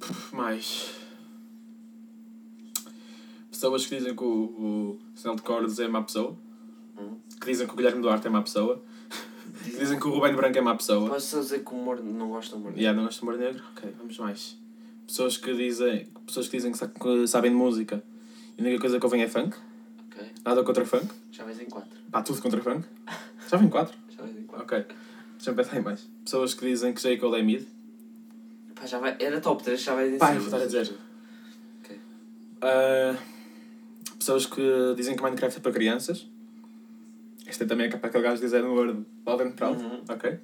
Puf, Mais. Pessoas que dizem que o, o sinal de cordas é má pessoa. Que dizem que o Guilherme Duarte é má pessoa. que dizem que o Rubén Branco é má pessoa. Posso só dizer que o humor não gosta muito. E há não gosto de humor negro? Ok, vamos mais. Pessoas que dizem, pessoas que, dizem que, sa- que sabem de música e a única coisa que ouvem é funk. Ok, Nada contra funk. já vais em 4. Pá, tudo contra funk. Já vem quatro? Já vais em 4. Ok. Deixa-me pensar em mais. Pessoas que dizem que J. Cole é mid. Pá, já vai, era top 3, já vai dizer. Pá, eu vou estar a dizer. Ok. Ah, pessoas que dizem que Minecraft é para crianças. Esta é também é para aquele gajo dizer no Word. Loud and proud. Uhum. Ok.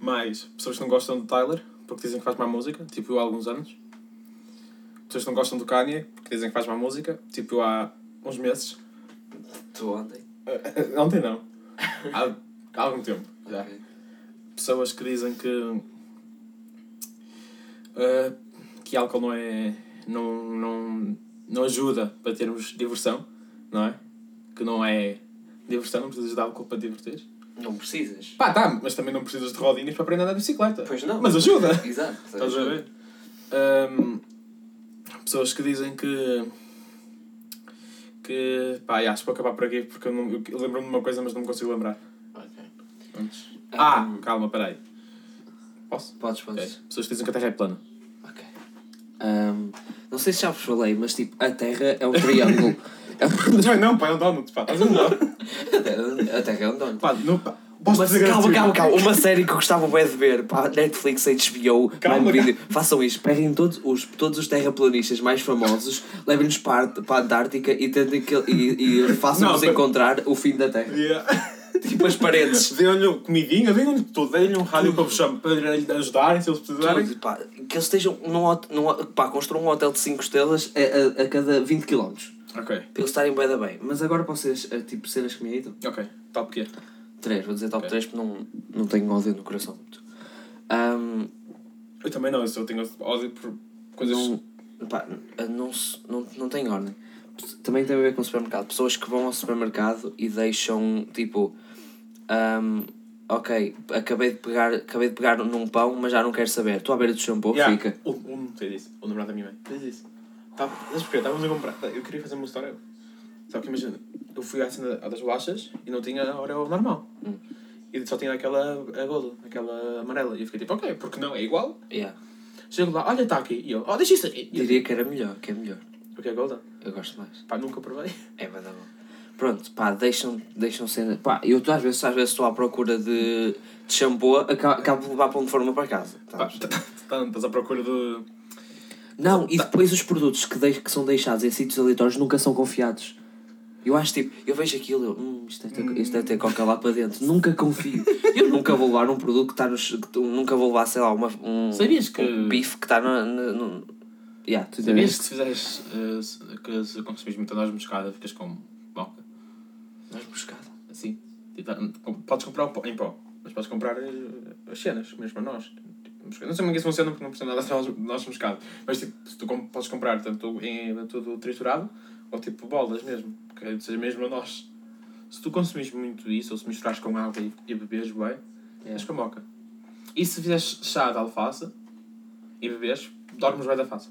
Mais pessoas que não gostam do Tyler porque dizem que faz má música, tipo eu há alguns anos. Pessoas que não gostam do Kanye porque dizem que faz má música, tipo eu há uns meses. Tu ontem. Ah, Ontem não. Há, há algum tempo. Já. Ok. Pessoas que dizem que. ah, que álcool não é. Não, não, não ajuda para termos diversão, não é? Que não é diversão, não precisas de álcool para divertir. Não precisas. Pá, dá, mas também não precisas de rodinhas para aprender a andar de bicicleta. Pois não. Mas ajuda! Exato. Estás a ver? Ahm, pessoas que dizem que. que. pá, já, acho que vou acabar por aqui porque eu, não- eu lembro-me de uma coisa, mas não me consigo lembrar. Ok. Antes. Ah, calma, peraí. Posso? Podes, Ok. podes. Pessoas que dizem que a Terra é plana. Ok. Ahm, não sei se já vos falei, mas tipo, a Terra é um triângulo. Não, não, pá, é um donut, pá. Estás a mudar. a, terra, a Terra é um dono. Pá, não, pá. Posso Mas dizer calma, gratuito? calma, calma. Uma série que eu gostava bem de ver, pá, Netflix, HBO, Calma, Prime Video. Façam isso, peguem todos os, todos os terraplanistas mais famosos, levem-nos para, a- para a Antártica e, tentem que, e, e façam-nos Não, mas- encontrar o fim da Terra. Yeah. Tipo as paredes. Deem-lhe comidinha, deem-lhe tudo, deem-lhe um rádio para vos chamar, para lhe ajudarem se eles precisarem. Tudo, pá. que eles estejam num hot- num ho- pá, construam um hotel de 5 estrelas a, a, a cada 20 km. Ok, Para eles estarem bem da bem. Mas agora para vocês, eh, tipo, cenas que me irritam. ok, top que é. 3, vou dizer top Ok. 3 porque não, não tenho ódio no coração. Muito. Ahm, Eu também não, eu só tenho ódio por coisas. não, pá, eh, não, se- não, não tenho ordem. Também tem a ver com o supermercado. Pessoas que vão ao supermercado e deixam, tipo, ahm, ok, acabei de, pegar, acabei de pegar num pão, mas já não quero saber. Estou à beira do shampoo, Yeah. fica. O, o, sei disso, o namorado da minha mãe. Fez isso. Tá, mas porquê? Estávamos a comprar. tá, Eu queria fazer uma história. Só que imagina, eu fui à cena à das bolachas e não tinha a Oreo normal. E só tinha aquela a Golden, aquela amarela. E eu fiquei tipo, ok, porque não? É igual. Yeah. Chego lá, olha, está aqui. E eu, oh, deixa isso aqui. E eu, Diria que era melhor, que é melhor. o que é Golden? Eu gosto mais. Pá, nunca provei. É bué da bom. Pronto, pá, deixam, deixam cena. Pá, eu tu às vezes às vezes estou à procura de, de shampoo, aca- acabo de levar pão de forma para casa. Pá, sabes? tá- tá- tá- estás à procura do. Não, Tá. e depois os produtos que, deix- que são deixados em sítios aleatórios nunca são confiados. Eu acho tipo, eu vejo aquilo, eu, hum, isto deve ter, isto deve ter coca lá para dentro, nunca confio. Eu nunca vou levar um produto que está nos. que tu- nunca vou levar, sei lá, uma, um. Sabias que- Um bife que está na. na, no- Yeah, tu Sabias que se fizeres. eh, se- que se consumires muita noz moscada, ficas com boca? Mas buscada. Assim. Tipo, com- podes comprar o pó- em pó, mas podes comprar eh, as cenas, mesmo a nós. Tipo, mosca- Não sei como é que isso funciona porque não percebo nada de nós moscado. Mas tipo, se tu com- podes comprar tanto em tudo triturado ou tipo bolas mesmo, que é, seja mesmo a nós. Se tu consumires muito isso ou se misturares com água e, e beberes bem, és com moca. E se fizeres chá de alface e beberes, dormes bem da face.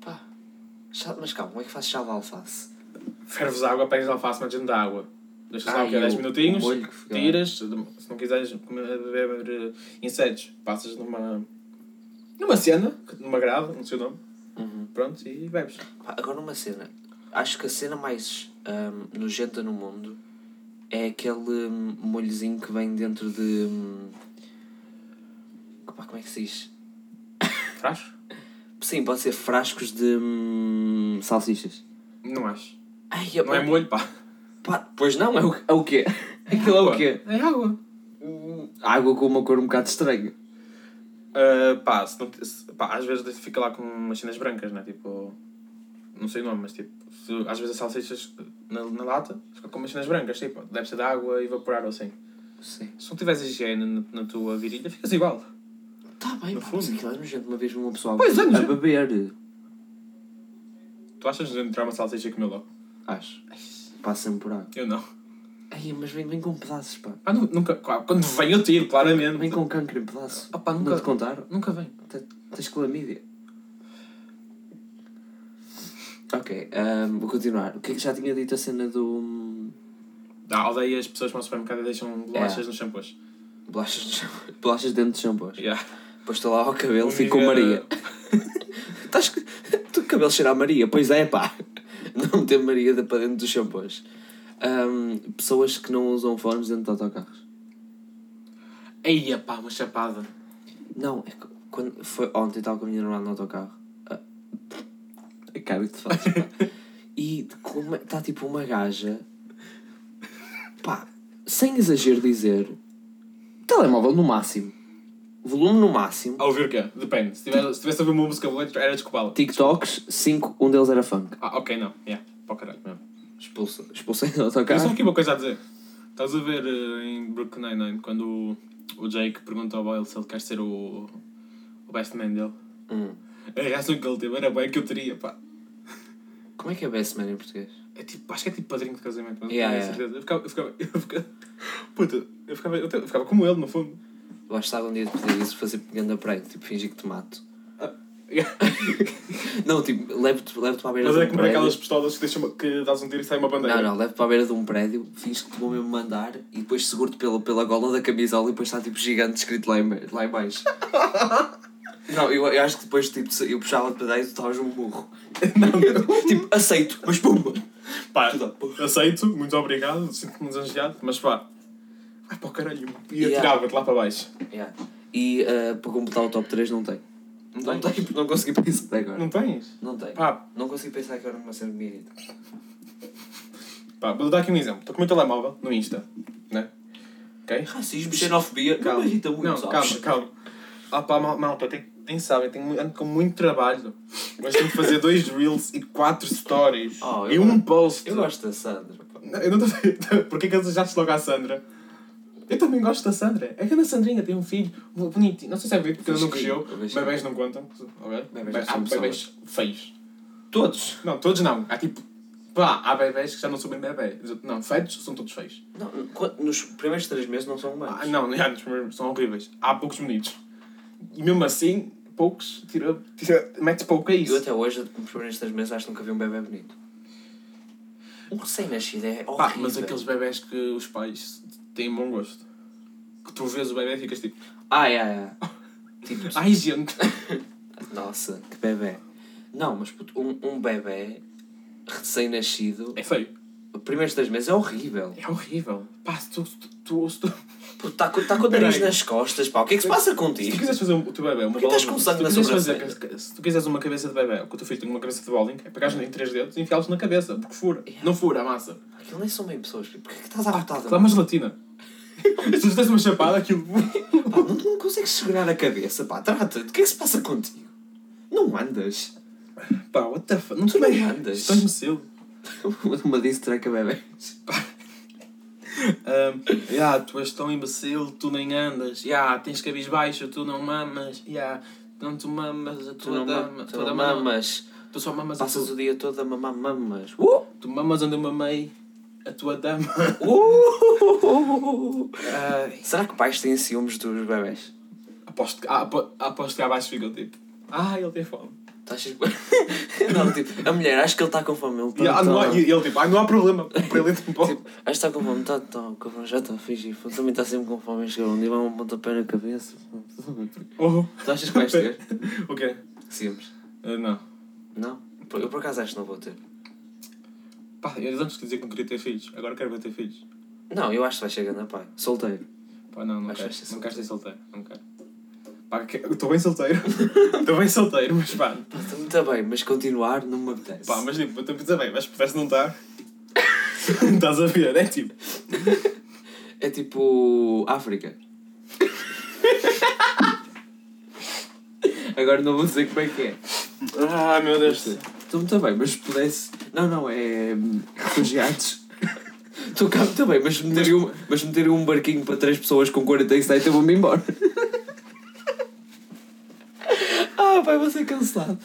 Pá. Chá- Mas calma, como é que fazes chá de alface? Ferves água, pegas alface, metes dentro da água. Deixas Ah, lá é o quê? e 10 o- minutinhos, o molho que fica lá. tiras. Se não quiseres comer- beber eh, insetos, passas numa. numa cena, que numa grade, não sei o nome. Pronto, e bebes. Pá, agora uma cena. Acho que a cena mais ahm, nojenta no mundo é aquele hum, molhozinho que vem dentro de. hum, pá, como é que se diz? Traz? Sim, pode ser frascos de hum, salsichas. Não acho. Ai, Não é molho, pá. pá, pois não, é o, é o quê? Aquilo é o quê? É água. Hum, Água com uma cor um bocado estranha. Ah, pá, se não, se- pá, às vezes fica lá com umas cenas brancas, né? Tipo. Não sei o nome, mas tipo. se- às vezes as salsichas na, na lata ficam com umas cenas brancas, tipo. Deve ser de água evaporar ou assim. Sim. Se não tiveres higiene na, na tua virilha, ficas igual. Tá bem, No pá, fundo. mas aquilo é nojento. Uma vez vi uma pessoa Pois é, a nojento. beber. Tu achas de entrar uma salsicha e comer logo? Acho. Passa-me por água. Eu não. Ai, mas vem, vem com pedaços, pá. Ah, nu- nunca. claro, Quando vem eu tiro, claramente. Vem com cancro em pedaço. Ah, pá, Não nunca- te contaram? Nunca vem. Te- Tens clamídia. Ok, ahm, vou continuar. O que é que já tinha dito a cena do. hum, Ah, aldeia as pessoas vão ao supermercado e É. deixam bolachas nos shampoos. Bolachas, de shampoo- bolachas dentro de shampoos? Yeah. Depois estou lá ao cabelo, Um fico dia- Maria. Estás. Tu cabelo cheira a Maria, pois é, pá. Não meter Maria de- para dentro dos shampoos. Ahm, pessoas que não usam fones dentro de autocarros. Eia pá, uma chapada. Não, é que quando foi ontem estava com a minha namorada no autocarro. Ah, A cara que te fazes, pá. E está tipo uma gaja. Pá, sem exagero dizer. Telemóvel no máximo. Volume no máximo. A ouvir o quê? Depende. Se tivesse, se tivesse a ouvir uma música boa, era desculpá-la. TikToks, 5, um deles era funk. Ah, ok, não. Yeah. Pá, o caralho mesmo. Expulsa, expulsei do Tenho só autocarro. aqui uma coisa a dizer. Estás a ver eh, em Brooklyn Nine-Nine quando o, o Jake pergunta ao Boyle se ele quer ser o, o best man dele? É, Hum. A reação que ele teve era bem que eu teria, pá. Como é que é best man em português? É tipo, acho que é tipo padrinho de casamento, mas Yeah, não yeah. tenho certeza. Eu ficava, eu ficava, eu ficava, puta, eu ficava, eu te- eu ficava como ele, no fundo. Eu acho que estava um dia de pedir isso, fazer pegando prego, tipo fingir que te mato. Não, tipo, levo-te levo para a beira mas de é um como aquelas prédio. pistolas que, deixam, que dás um tiro e sai uma bandeira. Não, não, levo-te para a beira de um prédio, finges que te vou mesmo mandar e depois seguro-te pela, pela gola da camisola e depois está tipo gigante escrito lá em, ba- lá em baixo. Não, eu, eu acho que depois tipo, se- eu puxava-te para dentro e tu estavas um burro. tipo, aceito, mas pumba! Pá, aceito, muito obrigado, sinto-me desangeado, mas pá, vai para o caralho. E Yeah. atirava-te lá para baixo. Yeah. E ah, para completar o top 3 não tem. Não tem, porque não consegui pensar até agora. Não tens? Não tem. Pá, Não consegui pensar que era uma cena de irrita. pá, vou dar aqui um exemplo. Estou com o meu telemóvel no Insta, né? Ok? Racismo, xenofobia, não me irrita muito, não, sabes? calma, calma. Ah pá, mal- malta, tem, tem sabem, tenho, mu- ando com muito trabalho. Mas tenho que fazer dois reels e quatro stories. Oh, eu e um gosto- post. Eu gosto da Sandra. Não, Eu não estou Porquê que achaste logo à Sandra? Eu também gosto da Sandra. É que a Sandrinha tem um filho bonitinho. Não sei se é bonito porque ele não Fresquinho, cresceu. fresquinho. Bebés não contam. ok? Bebés não Be- são há pessoas. bebés feios. Todos? Não, todos não. Há tipo. Pá, há bebés que já não são bem bebés. Não, feitos são todos feios. Não, qu- nos primeiros 3 meses não são humanos. Ah, não, já, nos primeiros são horríveis. Há poucos bonitos. E mesmo assim, poucos. Tira, tira, mete pouco a Eu isso. até hoje, nos primeiros 3 meses, acho que nunca vi um bebê bonito. Um recém-nascido é horrível. Pá, mas aqueles bebés que os pais têm bom gosto. Que tu vês o bebê e ficas tipo. Ah, é, é. Tipo, Ai gente! nossa, que bebê. Não, mas puto, um, um bebê recém-nascido, É feio. os primeiros 3 meses é horrível. É horrível. Pá, se tu, se tu, tu, se tu, se Está com, tá com o nariz Peraí. nas costas, pá. O que é que se passa tu contigo? quiseres fazer o teu bebê uma Porquê bola- estás com sangue se tu na quiseres fazer- Se tu quiseres uma cabeça de bebê, o que o teu filho tem uma cabeça de bowling, é pegares em três dedos e enfiá-los na cabeça, porque fura. Não fura a massa. Aquilo nem são bem pessoas. Porquê que estás à vontade? Dá uma gelatina. se tu tens uma chapada, aquilo. Pá, não, não consegues segurar a cabeça, pá, trata-te. O que é que se passa contigo? Não andas. Pá, what the fuck? Não Tu sei. nem andas. Estás no selo. Uma disso traca bebés. Um, yeah, tu és tão imbecil, tu nem andas. Yeah, tens cabisbaixo, tu não mamas. Yeah, não tu mamas a Tu tua não dama. ma- tu tua não dama não. mamas. Tu só mamas a Passas tua. o dia todo a mamar mamas. Uh! Tu mamas onde eu mamei a tua dama. Uh! Ai. Será que pais têm ciúmes dos bebés? aposto, que- ah, apo- aposto que abaixo ficam tipo. Ah, ele tem fome. Tu achas que. não, tipo, a mulher, acho que ele está com fome. Ele tá E, ah, não há, tão- e ele tipo, ah, não há problema. Para ele é tipo, bom. Tipo, acho que está com fome, está tá, com fome, já está fixe. Pô, Também está sempre com fome. Chegou um dia, vai um pontapé na cabeça. Oh. Tu achas que vais ter? O quê? Ciúmes. Ah, não. Não? Por- Eu por acaso acho que não vou ter. Pá, eu antes dizia que não queria ter filhos. Agora quero ver ter filhos. Não, eu acho que vai chegar na pai. Solteiro. Pá, não, não Acho quero. que vais ser Não quero ser solteiro. Não quero. Pá, que- eu estou bem solteiro. Estou bem solteiro, mas pá. Pá, Está muito bem, mas continuar não me apetece. Pá, mas tipo, eu estou a pensar bem, mas se pudesse não estar. Não estás a ver, é tipo. É tipo. África. Agora não vou dizer como é que é. Ah, meu Deus Estou muito bem, mas se pudesse. Não, não, é. hum, Refugiados. Estou cá muito bem, mas meteria, um, mas meteria um barquinho para três pessoas com 47 eu vou-me embora. Ah, pai, vou ser cancelado.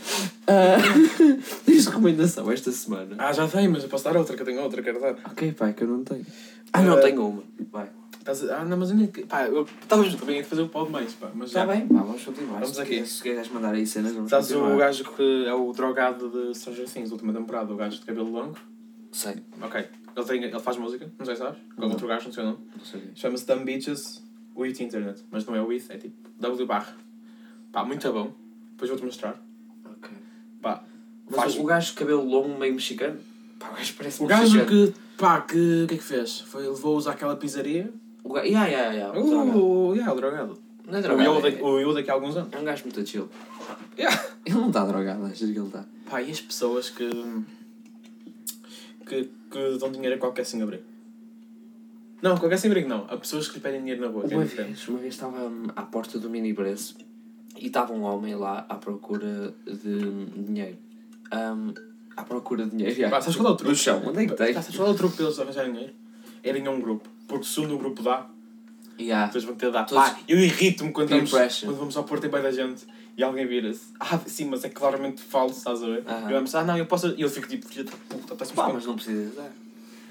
Ah, diz recomendação esta semana. Ah, já tenho, mas eu posso dar outra, que eu tenho outra, quero dar. Ok, pai, que eu não tenho. Ah, tá não Ah, tenho uma. Vai. Estás a- Ah, não, mas eu nem. Pá, eu estava junto também a fazer o pau demais, pá. Mas já. Está Tá bem, pá, vamos continuar. Vamos Se aqui. quiseres- Se quiseres mandar aí cenas, vamos Estás o continuar. gajo que é o drogado de São Things, da última temporada, o gajo de cabelo longo. Sei, Ok. Ele, tem, ele faz música, não sei se sabes. Com Não. outro gajo, não sei o nome. não sei. Chama-se Dumb Bitches With Internet. Mas não é with, é tipo W barra. Pá, muito bom. Depois vou-te mostrar. Ok. Pá, Mas faz. o gajo de cabelo longo, meio mexicano? Pá, o gajo parece O gajo mexicano. que, pá, que, o que é que fez? Foi, levou-os àquela pizzaria. O gajo... Yeah, yeah, yeah. o drogado. Uh, yeah, o drogado. é Não é O drogado, eu, é- daqui- o eu daqui a alguns anos. é um gajo muito chill. Yeah. Ele não está drogado, achas que ele está? Pá, e as pessoas que, que, que dão dinheiro a qualquer sem-abrigo? Não, qualquer sem-abrigo não. Há pessoas que lhe pedem dinheiro na rua, que é Uma diferente. vez, uma vez estava hum, à porta do mini preço e estava um homem lá à procura de dinheiro. Hum, à procura de dinheiro, yeah. Pá, sabes qual é o truque? No chão, onde é que tens? Pá, sabes qual é o truque para eles arranjarem dinheiro? É em um grupo. Porque se um do grupo dá, Yeah. Depois vão ter de dar. Todos- Pá, eu irrito-me quando Peer vamos, pressure. quando vamos ao Porto e bem da gente e alguém vira-se. Ah, sim, mas é claramente falso, estás a ver? Aham. E vamos, ah, não, eu posso. E ele fica tipo, filha da puta, parece um Pá, escroto. mas não precisas dar.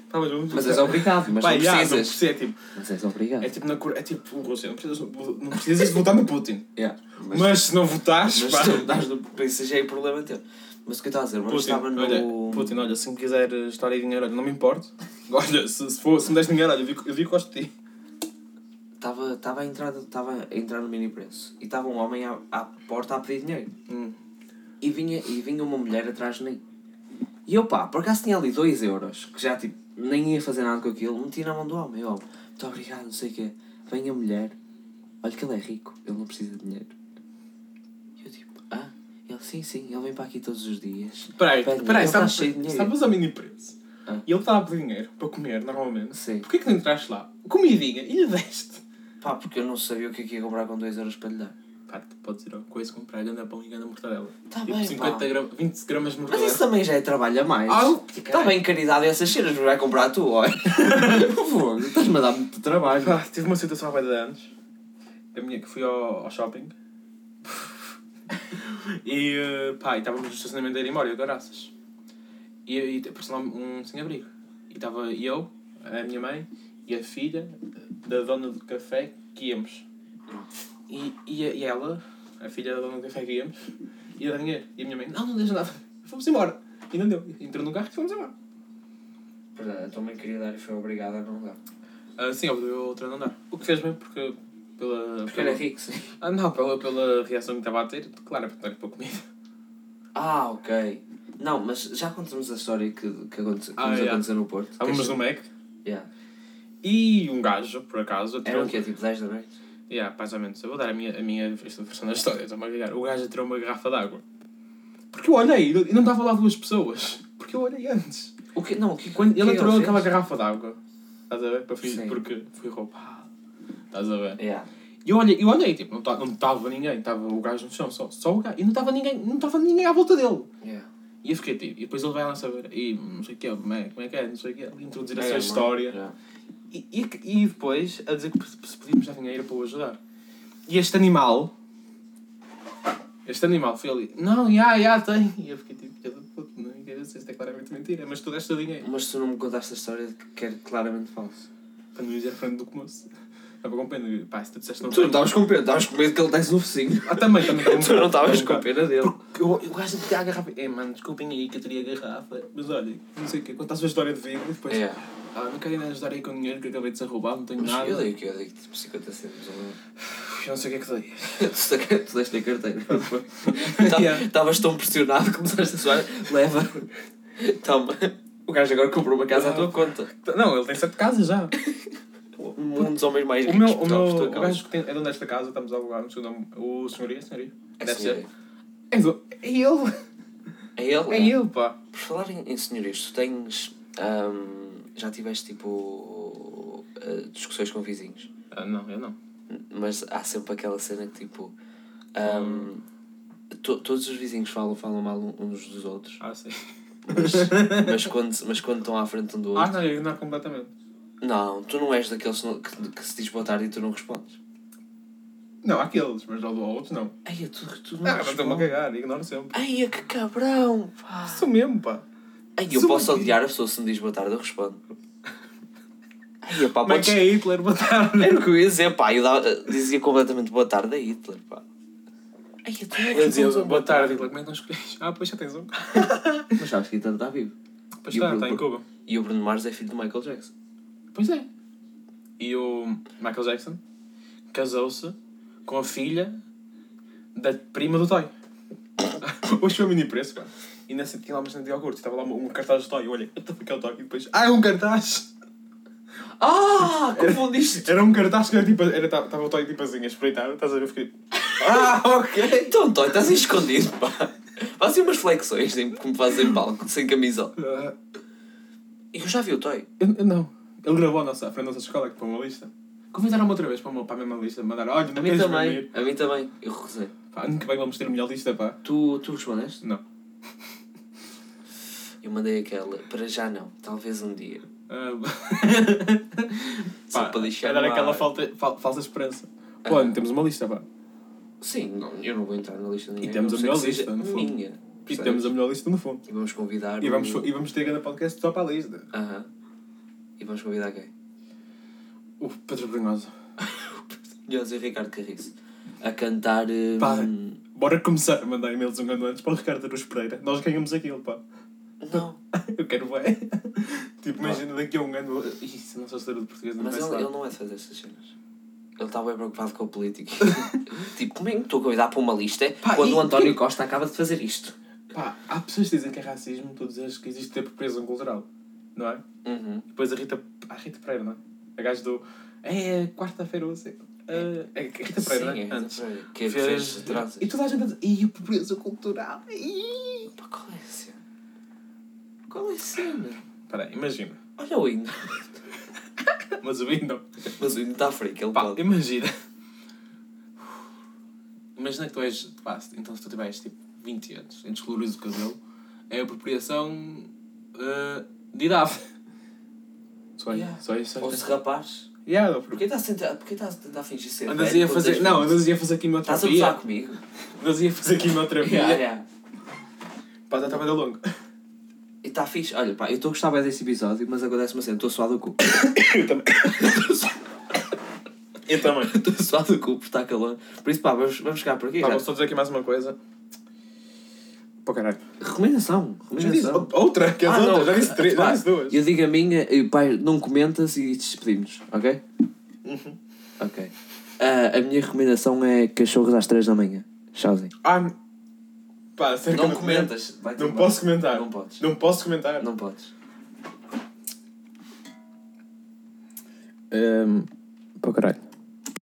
Pá, mas vamos. Mas és obrigado, mas Pá, não já, precisas. não precisa, é tipo, Mas és obrigado. é tipo na cor, é tipo o Rússia, não precisas, não precisas de votar no Putin. Yeah. Mas, se não votares, Mas pá. tu estás no PC já é problema teu. Mas o que eu estava a dizer, mas Putin, estava no. olha, Putin, olha, se me quiser estar aí dinheiro, olha, não me importo. Olha, se, se, for, se me des dinheiro, olha, eu digo eu digo que gosto de ti. Estava, estava, a entrar, estava a entrar no mini preço e estava um homem à, à porta a pedir dinheiro. Hum. E vinha, e vinha uma mulher atrás de mim. E eu pá, por acaso tinha ali 2 euros, que já tipo, nem ia fazer nada com aquilo, meti na mão do homem. Eu, muito obrigado, não sei o quê. Vem a mulher, olha que ele é rico, ele não precisa de dinheiro. E eu tipo, ah? Ele, sim, sim, ele vem para aqui todos os dias. Peraí, Pede peraí, dinheiro, ele está sabes, cheio de dinheiro. sabes a mini preço? Ah. E ele estava a pedir dinheiro para comer normalmente. Sim. Porquê que não entraste lá? Comidinha, e lhe deste. Pá, porque eu não sabia o que é que ia comprar com 2 euros para lhe dar. Pá, tu podes ir ao coisa comprar ganda pão e ganda mortadela. Tipo Tá bem, 50 pá. gramas, 20 gramas de Mas mortadela. isso também já é trabalho a mais. Ah, o que Está bem caridade essas cheiras, mas vai comprar tu, olha. Fogo, Estás-me a dar muito trabalho. Pá, Ah, tive uma situação há bué de anos. A minha que fui ao, ao shopping. e eh, pá, e estávamos no estacionamento da Irimória, graças. E, e apareceu lá um sem-abrigo. E estava eu, a minha mãe e a filha da dona do café que íamos. E, e, a- e ela, a filha da dona do café que íamos, ia dar dinheiro. E a minha mãe, não, não deixa nada. Fomos embora. E não deu. Entrou no carro e fomos embora. Verdade, eu também queria dar e foi obrigado a não dar. Ah, sim, obrigou a outra a não dar. O que fez mesmo, porque pela. Porque era rico, sim. Ah, não, pela, pela reação que estava a ter, claro, porque não era para comida. Ah, ok. Não, mas já contamos a história que, que, aconte, que Ah, nos yeah. aconteceu no Porto. Estávamos no Mac Yeah. e um gajo, por acaso, Era o atirou. quê? Tipo 10 da noite? Yeah, mais ou menos. Eu vou dar a minha, a minha versão da história, estou-me a cagar. O gajo atirou uma garrafa de água. Porque eu olhei e não- e não estava lá duas pessoas. Porque eu olhei antes. O que Não, o que Quando que ele atirou fez? aquela garrafa de água, estás a ver? Para fingir, Sim. porque fui roubado. Estás a ver? Yeah. E eu olhei, eu olhei tipo, não estava não tava ninguém, estava o gajo no chão só. Só o gajo. E não estava ninguém, não estava ninguém à volta dele. Yeah. E eu fiquei tipo, e depois ele vai lá saber, e não sei o que é, como é, como é que é, não sei o que é, introduzir a sua história. E, e, e depois a dizer que se se pedimos a dinheiro para o ajudar. E este animal, este animal foi ali, não, já, já tem. E eu fiquei tipo, filha da puta, não quer dizer, isto é claramente mentira, mas tu deste o dinheiro. Mas tu não me contaste a história de que era claramente falso. Para não dizer frente um do começo. Estava com pena, pá, se tu disseste não Tu não tem- estavas com pena, estavas com medo que ele desse no focinho. Ah, também, também. estava um Tu não bocado- estavas estava com um pena dele. bocado. Porque o- o gajo tinha a garrafa. É, mano, desculpem aí que eu teria a garrafa. Mas olha, não sei o quê, conta a sua história de vida e depois. É. Ah, não quero ainda ajudar aí com dinheiro que eu acabei de ser roubado, não tenho Mas nada. eu dei o quê? Eu dei tipo 50 cêntimos. ou não? Puxa, não sei o que é que dei. Tu tu deste a carteira. não foi? Ta- Yeah. Estavas tão pressionado que começaste a soar. Leva. Toma. O gajo agora comprou uma casa à tua conta. Não, ele tem sete casas já. Um dos homens mais O ricos meu, o por meu tua o causa. gajo que tem, é dono desta casa, estamos a alugar, não sei o nome. O senhoria, senhoria. É Deve senhoria. ser. É do- é ele. É ele? É ele, pá. Por falar em, em senhorias, tu tens. ahm, já tiveste tipo. ah, discussões com vizinhos. Ah, não, eu não. Mas há sempre aquela cena que tipo. ahm, to- todos os vizinhos falam, falam mal um, uns dos outros. Ah, sim. Mas, mas, quando, mas quando estão à frente um do Ah, outro. não, eu ignoro completamente. Não, tu não és daqueles no- que, que se diz boa tarde e tu não respondes. Não, há aqueles, mas ao outros não. Ai, tu, tu não Ah, mas estou-me a respondes. cagar, ignoro sempre. Ai, que cabrão, pá. Isso mesmo, pá. Ai, eu Sou posso aqui. odiar a pessoa se me diz boa tarde, eu respondo. Ai, pá, Como é podes... que é Hitler? Boa tarde. Era o é que eu ia dizer, pá. Eu dava- dizia completamente boa tarde a Hitler, pá. Ai, eu tenho Eu dizia, boa tarde, Hitler, como é que não escolhes? Ah, pois já tens um. Mas sabes que Hitler está vivo. Pois E o está, Bruno- está em Cuba. E o Bruno Mars é filho do Michael Jackson. Pois é. E o Michael Jackson casou-se com a filha da prima do Toy. Hoje foi o mini preço, pá. E nessa tinha lá uma cena de iogurte, estava lá um um cartaz do Toy. Eu olhei, what the fuck é o Toy? E depois, ah, é um cartaz! Ah, confundiste. Era um cartaz que era tipo, estava o Toy tipo assim a espreitar, estás a ver? Eu Fiquei, Ah, ok. Então, Toy, estás aí escondido, pá. Faz assim umas flexões em- como fazem em palco, sem camisola. ah, E eu já vi o Toy. Eu, eu não. Ele gravou a nossa, a frente da nossa escola, que foi uma lista. Convidaram-me outra vez para, uma, para a mesma lista, mandaram, olha, A não mim queres também, dormir. a mim também. Eu recusei. Pá, nunca bem vamos ter a melhor lista, pá. Tu, tu respondeste? Não. Eu mandei aquela, para já não, talvez um dia. Ah, Só para deixar era no ar. aquela falta, fal- falsa esperança. Pô, Ah. temos uma lista, pá. Sim, não, eu não vou entrar na lista de ninguém. temos não a sei melhor que seja lista, no fundo. Minha. E percebes? temos a melhor lista no fundo. E vamos convidar. E vamos, o- e vamos ter cada podcast só para a lista. Aham. E vamos convidar quem? O Pedro Brunhosa. José Ricardo Carriço. A cantar. hum, Pá. Bora começar a mandar e-mails um ano antes para o Ricardo Aruz Pereira. Nós ganhamos aquilo, pá. Não, Eu quero ver. tipo, imagina daqui a um ano. Isso, não sou de português, não mas vai ele, ser. ele não é de fazer essas cenas. Ele está bem preocupado com o político. tipo, como é que me estou a convidar para uma lista Pá, quando e- o António Costa acaba de fazer isto? Pá, há pessoas que dizem que é racismo, tu dizes que existe apropriação cultural, não é? Uhum. E depois a Rita, a Rita Pereira, não é? A gajo do. É, é quarta-feira, não sei. É, é Rita Sim, Pereira, é, não é? Antes. que fez tranças. E toda a gente a dizer, e apropriação cultural. Ih! Pá, qual é a cena? Qual é a cena? Espera aí, imagina. Olha o hino. Mas o Bindo. Mas o hino está frio, ele Pá, pode. imagina. Imagina que tu és. Pá, se- então se tu tiveres tipo 20 anos, em descolorizo o cabelo, é apropriação. eh, de idade. Só Yeah. isso, só isso. Ou se rapaz. Yeah, não, Porquê estás a tentar, porquê estás a tentar fingir ser Andas velho ia quando fazer. tens Não, vinte? andas ia fazer Estás a quimioterapia. gozar comigo? Andas ia fazer quimioterapia. Yeah, yeah. Pá, já estava de longo. E está fixe. Olha, pá, eu estou a gostar bem desse episódio, mas acontece uma cena. Estou suado do cu. Eu também. Eu também. Estou suado do cu porque está calor. Por isso, pá, vamos, vamos ficar por aqui. Pá, já. vou Tá só dizer aqui mais uma coisa. Pô, caralho. Recomendação. Já disse Recomendação. outra, que as Ah, outras. não, Já disse três, já pá, disse duas. Eu digo a minha, e, pai, não comentas e despedimos, ok? Uhum. Ok. Ah, a minha recomendação é cachorros às 3 da manhã. Tchauzinho. Ah, pá, cerca Não do- comentas, vai-te Não embora. posso comentar. Não podes. Não posso comentar. Não podes. Hum, Pô, caralho.